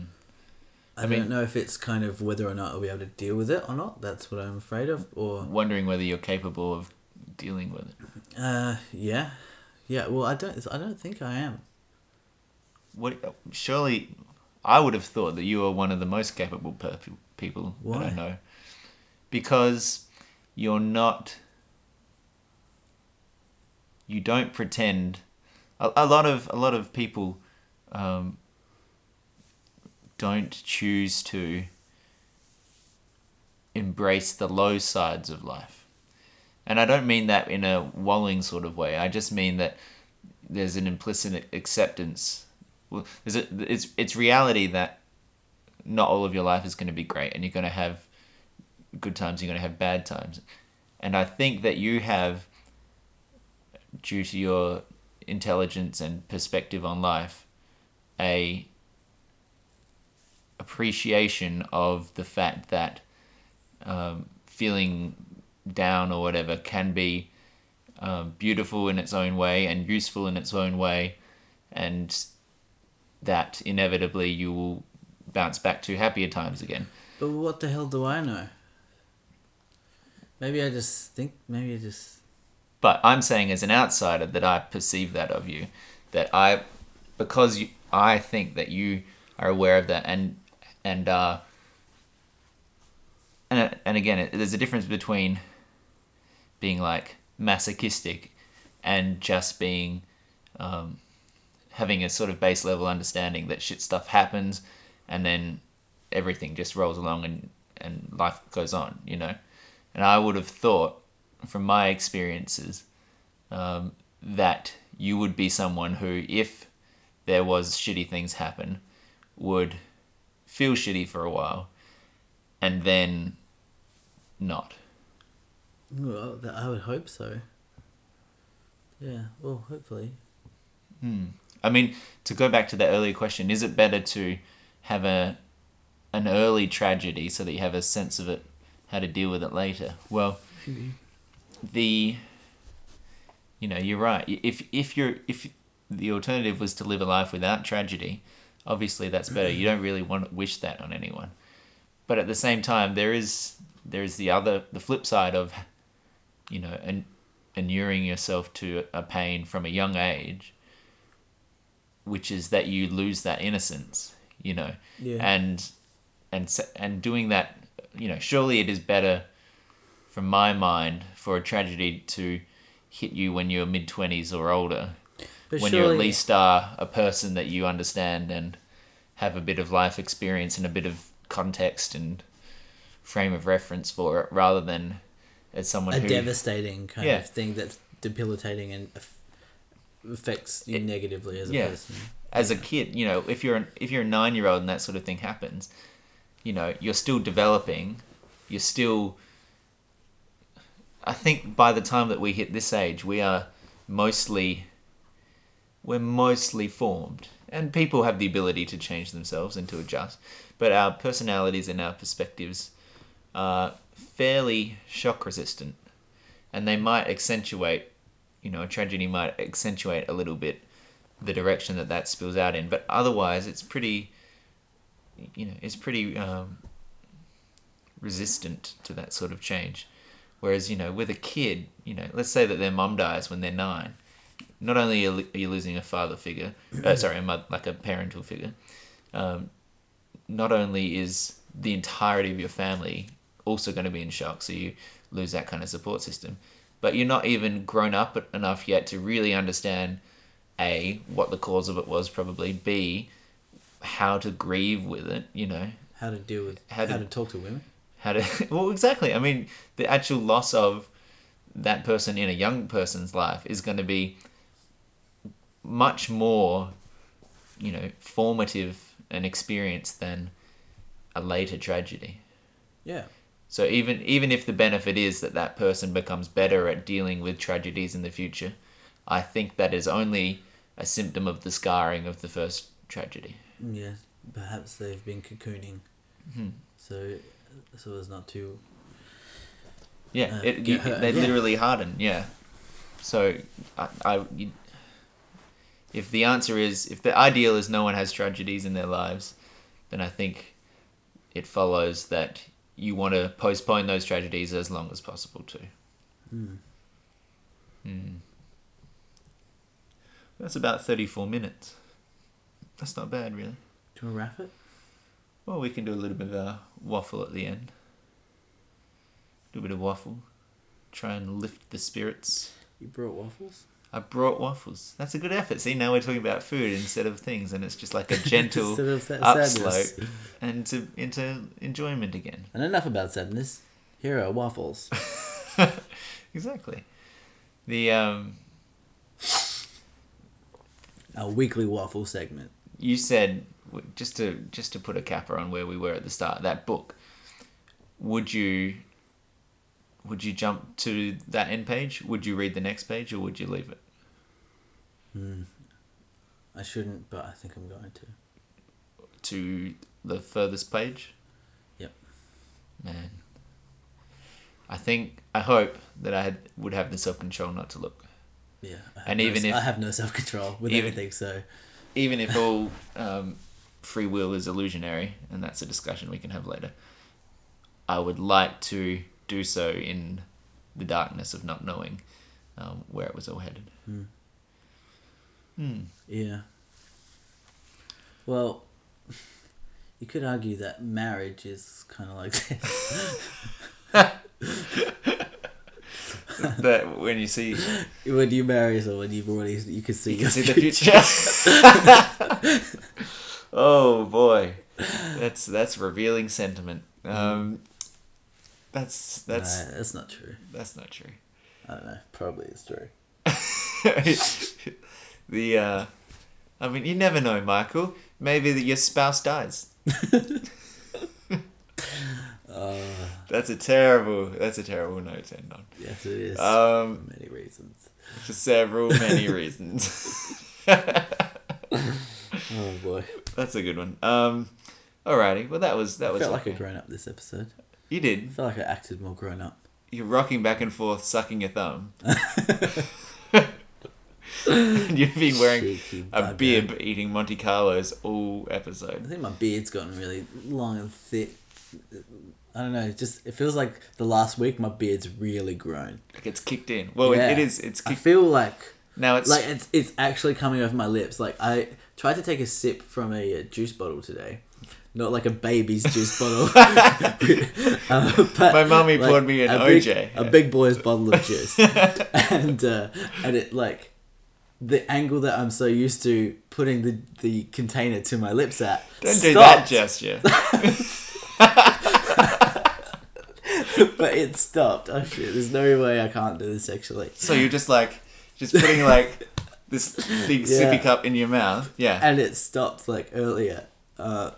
[SPEAKER 2] I,
[SPEAKER 1] I mean-
[SPEAKER 2] don't know if it's kind of whether or not I'll be able to deal with it or not. That's what I'm afraid of. Or
[SPEAKER 1] Wondering whether you're capable of dealing with it.
[SPEAKER 2] uh, yeah, yeah. Well, I don't. I don't think I am.
[SPEAKER 1] What surely I would have thought that you are one of the most capable per- people that
[SPEAKER 2] Why?
[SPEAKER 1] I know. Because you're not you don't pretend a, a lot of a lot of people um, don't choose to embrace the low sides of life. And I don't mean that in a wallowing sort of way. I just mean that there's an implicit acceptance well, there's a, it's it's reality that not all of your life is going to be great, and you're going to have good times, you're going to have bad times, and I think that you have, due to your intelligence and perspective on life, a appreciation of the fact that um, feeling down or whatever can be um, beautiful in its own way and useful in its own way, and that inevitably you will bounce back to happier times again.
[SPEAKER 2] But what the hell do I know? Maybe I just think. Maybe I just.
[SPEAKER 1] But I'm saying as an outsider that I perceive that of you, that I, because you, I think that you are aware of that and and uh, and uh, and again, it, there's a difference between being like masochistic and just being um, having a sort of base level understanding that shit stuff happens and then everything just rolls along and, and life goes on, you know. And I would have thought from my experiences um, that you would be someone who, if there was shitty things happen, would feel shitty for a while and then not.
[SPEAKER 2] Well, th- I would hope so. Yeah. Well, hopefully.
[SPEAKER 1] I mean, to go back to that earlier question, is it better to have a an early tragedy so that you have a sense of it, how to deal with it later? Well, the you know you're right. If if you're if the alternative was to live a life without tragedy, obviously that's better. You don't really want to wish that on anyone, but at the same time, there is there is the other the flip side of you know and inuring yourself to a pain from a young age which is that you lose that innocence, you know,
[SPEAKER 2] Yeah.
[SPEAKER 1] and and s- and doing that, you know, surely it is better, from my mind, for a tragedy to hit you when you're mid twenties or older,
[SPEAKER 2] But
[SPEAKER 1] when you
[SPEAKER 2] surely,
[SPEAKER 1] at least are a person that you understand and have a bit of life experience and a bit of context and frame of reference for it, rather than as someone
[SPEAKER 2] a
[SPEAKER 1] who
[SPEAKER 2] devastating kind
[SPEAKER 1] Yeah.
[SPEAKER 2] of thing that's debilitating and aff- affects you negatively as a
[SPEAKER 1] yeah.
[SPEAKER 2] person.
[SPEAKER 1] as a kid, you know, if you're an, if you're a nine year old and that sort of thing happens, you know, you're still developing, you're still. I think by the time that we hit this age, we are mostly. We're mostly formed, and people have the ability to change themselves and to adjust, but our personalities and our perspectives are fairly shock resistant, and they might accentuate. You know, a tragedy might accentuate a little bit the direction that that spills out in. But otherwise, it's pretty, you know, it's pretty um, resistant to that sort of change. Whereas, you know, with a kid, you know, let's say that their mum dies when they're nine. Not only are are you losing a father figure, uh, sorry, a mother, like a parental figure, um, not only is the entirety of your family also going to be in shock, so you lose that kind of support system, but you're not even grown up enough yet to really understand a what the cause of it was probably b how to grieve with it you know
[SPEAKER 2] How to deal with
[SPEAKER 1] How
[SPEAKER 2] how
[SPEAKER 1] to-
[SPEAKER 2] to, talk to women.
[SPEAKER 1] how to [LAUGHS] well exactly i mean the actual loss of that person in a young person's life is going to be much more you know formative an experience than a later tragedy
[SPEAKER 2] Yeah.
[SPEAKER 1] so even even if the benefit is that that person becomes better at dealing with tragedies in the future i think that is only a symptom of the scarring of the first tragedy
[SPEAKER 2] Yeah. Perhaps they've been cocooning.
[SPEAKER 1] Mm-hmm.
[SPEAKER 2] So so it's not too
[SPEAKER 1] Yeah,
[SPEAKER 2] uh,
[SPEAKER 1] it,
[SPEAKER 2] get
[SPEAKER 1] you,
[SPEAKER 2] hurt,
[SPEAKER 1] they
[SPEAKER 2] yeah.
[SPEAKER 1] literally harden. Yeah. So, I, I you- if the answer is if the ideal is no one has tragedies in their lives, then I think it follows that you want to postpone those tragedies as long as possible too. Hmm. That's about thirty-four minutes. That's not bad, really.
[SPEAKER 2] do you want to wrap it?
[SPEAKER 1] Well, we can do a little bit of a waffle at the end. Do a bit of waffle. Try and lift the spirits.
[SPEAKER 2] You brought waffles?
[SPEAKER 1] I brought waffles. That's a good effort. See, now we're talking about food instead of things, and it's just
[SPEAKER 2] [LAUGHS]
[SPEAKER 1] like a gentle
[SPEAKER 2] Instead of that sadness.
[SPEAKER 1] upslope and to, into enjoyment again.
[SPEAKER 2] And enough about sadness. Here are waffles. [LAUGHS]
[SPEAKER 1] Exactly. The um,
[SPEAKER 2] Our weekly waffle segment.
[SPEAKER 1] you said w- just to just to put a capper on where we were at the start that book. Would you would you jump to that end page? Would you read the next page, or would you leave it?
[SPEAKER 2] Hmm. I shouldn't, but I think I'm going to.
[SPEAKER 1] to the furthest page.
[SPEAKER 2] Yep.
[SPEAKER 1] Man. I think I hope that I had, would have the self control not to look.
[SPEAKER 2] Yeah. I have
[SPEAKER 1] And
[SPEAKER 2] no-
[SPEAKER 1] even if-
[SPEAKER 2] I have no self control with
[SPEAKER 1] even-
[SPEAKER 2] anything, so
[SPEAKER 1] Even if all um, free will is illusionary, and that's a discussion we can have later, I would like to do so in the darkness of not knowing um, where it was all headed.
[SPEAKER 2] Hmm.
[SPEAKER 1] Hmm.
[SPEAKER 2] yeah. Well, [LAUGHS] you could argue that marriage is kind of like [LAUGHS] this.
[SPEAKER 1] [LAUGHS] But when you see, you
[SPEAKER 2] when you marry someone, you've already you can see
[SPEAKER 1] can
[SPEAKER 2] your
[SPEAKER 1] see the
[SPEAKER 2] future.
[SPEAKER 1] future. [LAUGHS] oh boy, that's that's revealing sentiment.
[SPEAKER 2] Mm.
[SPEAKER 1] Um, that's that's
[SPEAKER 2] Nah, that's not true.
[SPEAKER 1] that's not true. [LAUGHS]
[SPEAKER 2] I don't know. Probably it's true.
[SPEAKER 1] the uh, I mean, you never know, Michael. Maybe that your spouse dies.
[SPEAKER 2] [LAUGHS] Uh,
[SPEAKER 1] That's a terrible. That's a terrible note to end on.
[SPEAKER 2] yes, it is.
[SPEAKER 1] Um,
[SPEAKER 2] for many reasons.
[SPEAKER 1] for several
[SPEAKER 2] [LAUGHS]
[SPEAKER 1] many reasons. [LAUGHS]
[SPEAKER 2] Oh boy,
[SPEAKER 1] that's a good one. Um, alrighty. Well, that was that
[SPEAKER 2] I
[SPEAKER 1] was
[SPEAKER 2] felt like a
[SPEAKER 1] okay.
[SPEAKER 2] grown up this episode.
[SPEAKER 1] You
[SPEAKER 2] I
[SPEAKER 1] did.
[SPEAKER 2] felt like I acted more grown up.
[SPEAKER 1] You're rocking back and forth, sucking your
[SPEAKER 2] [LAUGHS]
[SPEAKER 1] thumb. [LAUGHS] and you've been wearing
[SPEAKER 2] Cheeky
[SPEAKER 1] a
[SPEAKER 2] bugger.
[SPEAKER 1] bib eating Monte Carlos all
[SPEAKER 2] I
[SPEAKER 1] episode.
[SPEAKER 2] think my beard's gotten really long and thick. I don't know. It just it feels like the last week my beard's really grown.
[SPEAKER 1] Like it's kicked in. Well,
[SPEAKER 2] Yeah.
[SPEAKER 1] it, it is. It's
[SPEAKER 2] I
[SPEAKER 1] kicked.
[SPEAKER 2] feel like
[SPEAKER 1] now it's
[SPEAKER 2] like it's it's actually coming over my lips. Like I tried to take a sip from a, uh juice bottle today, not like a baby's juice
[SPEAKER 1] [LAUGHS]
[SPEAKER 2] bottle. [LAUGHS] Um, but,
[SPEAKER 1] My mummy poured me an
[SPEAKER 2] a big-
[SPEAKER 1] OJ.
[SPEAKER 2] a big boy's bottle
[SPEAKER 1] [LAUGHS]
[SPEAKER 2] of juice, and uh, and it like the angle that I'm so used to putting the the container to my lips at.
[SPEAKER 1] don't do that
[SPEAKER 2] stopped,
[SPEAKER 1] gesture.
[SPEAKER 2] [LAUGHS] But it stopped. Oh shit! There's no way I can't do this actually.
[SPEAKER 1] so you're just like just putting like this big sippy
[SPEAKER 2] Yeah.
[SPEAKER 1] cup in your mouth. Yeah.
[SPEAKER 2] and it stopped like earlier uh,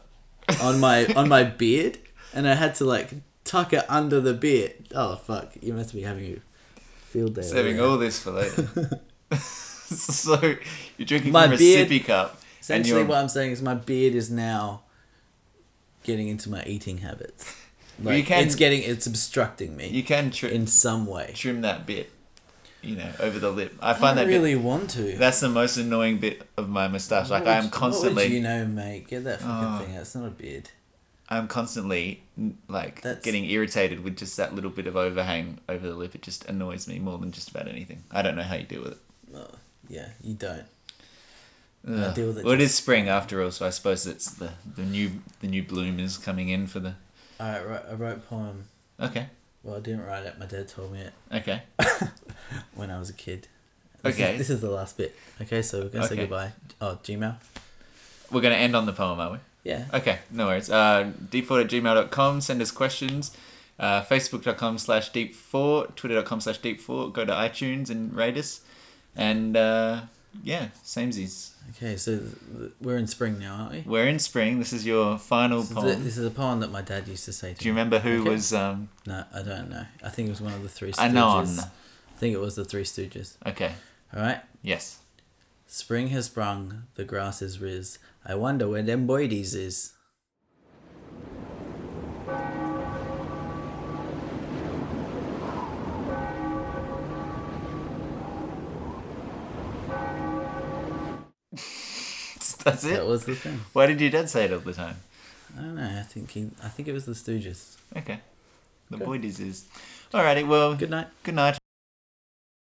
[SPEAKER 2] on my on my beard, and I had to like tuck it under the beard. Oh fuck! You must be having a field day. over
[SPEAKER 1] Saving
[SPEAKER 2] there.
[SPEAKER 1] all this for
[SPEAKER 2] [LAUGHS]
[SPEAKER 1] later. [LAUGHS] so you're drinking
[SPEAKER 2] My
[SPEAKER 1] from a
[SPEAKER 2] beard-
[SPEAKER 1] sippy cup. And
[SPEAKER 2] Essentially,
[SPEAKER 1] you're
[SPEAKER 2] what I'm saying is my beard is now getting into my eating habits.
[SPEAKER 1] Well,
[SPEAKER 2] Like,
[SPEAKER 1] you can-
[SPEAKER 2] it's getting it's obstructing me
[SPEAKER 1] you can trim
[SPEAKER 2] in some way.
[SPEAKER 1] trim that bit, you know, over the lip. I
[SPEAKER 2] I
[SPEAKER 1] find
[SPEAKER 2] don't
[SPEAKER 1] that bit
[SPEAKER 2] really want to.
[SPEAKER 1] That's the most annoying bit of my moustache. Like
[SPEAKER 2] What
[SPEAKER 1] I
[SPEAKER 2] would-
[SPEAKER 1] am
[SPEAKER 2] What would you
[SPEAKER 1] constantly,
[SPEAKER 2] know, mate? Get that fucking
[SPEAKER 1] Oh.
[SPEAKER 2] thing. That's not a beard.
[SPEAKER 1] I'm constantly n- like
[SPEAKER 2] That's-
[SPEAKER 1] getting irritated with just that little bit of overhang over the lip. It just annoys me more than just about anything. I don't know how you deal with it.
[SPEAKER 2] Oh, yeah, you don't.
[SPEAKER 1] Ugh.
[SPEAKER 2] deal with it
[SPEAKER 1] well, it
[SPEAKER 2] just-
[SPEAKER 1] is spring after all, so I suppose it's the, the new the new bloom is coming in for the.
[SPEAKER 2] All right, right. I wrote a poem.
[SPEAKER 1] Okay,
[SPEAKER 2] Well, I didn't write it. My dad told me it.
[SPEAKER 1] okay,
[SPEAKER 2] when I was a kid. This
[SPEAKER 1] Okay.
[SPEAKER 2] Is, this is the last bit. Okay, so we're going to
[SPEAKER 1] Okay.
[SPEAKER 2] say goodbye. Oh, Gmail?
[SPEAKER 1] we're gonna end on the poem, are we?
[SPEAKER 2] Yeah.
[SPEAKER 1] Okay, no worries. Uh, deep4 at gmail.com. Send us questions. Uh, Facebook.com slash deep4. Twitter.com slash deep4. Go to iTunes and rate us. And uh, yeah, samesies.
[SPEAKER 2] Okay, so th- th- we're in spring now, aren't we?
[SPEAKER 1] We're in spring. This is your final
[SPEAKER 2] This is, the,
[SPEAKER 1] poem.
[SPEAKER 2] this is a poem that my dad used to say to
[SPEAKER 1] Do you
[SPEAKER 2] me.
[SPEAKER 1] remember who
[SPEAKER 2] Okay.
[SPEAKER 1] was. Um,
[SPEAKER 2] No, I don't know. I think it was one of the three Stooges.
[SPEAKER 1] I know I'm-
[SPEAKER 2] I think it was the three Stooges.
[SPEAKER 1] okay,
[SPEAKER 2] All right.
[SPEAKER 1] yes. [LAUGHS]
[SPEAKER 2] Spring has sprung, the grass is riz. I wonder where them boydies is.
[SPEAKER 1] That's
[SPEAKER 2] That
[SPEAKER 1] it.
[SPEAKER 2] was the thing.
[SPEAKER 1] Why did your dad say it all the time?
[SPEAKER 2] I don't know. I think he, I think it was the Stooges.
[SPEAKER 1] Okay. The
[SPEAKER 2] Okay.
[SPEAKER 1] boy disease. Alrighty, well,
[SPEAKER 2] Good night.
[SPEAKER 1] good night.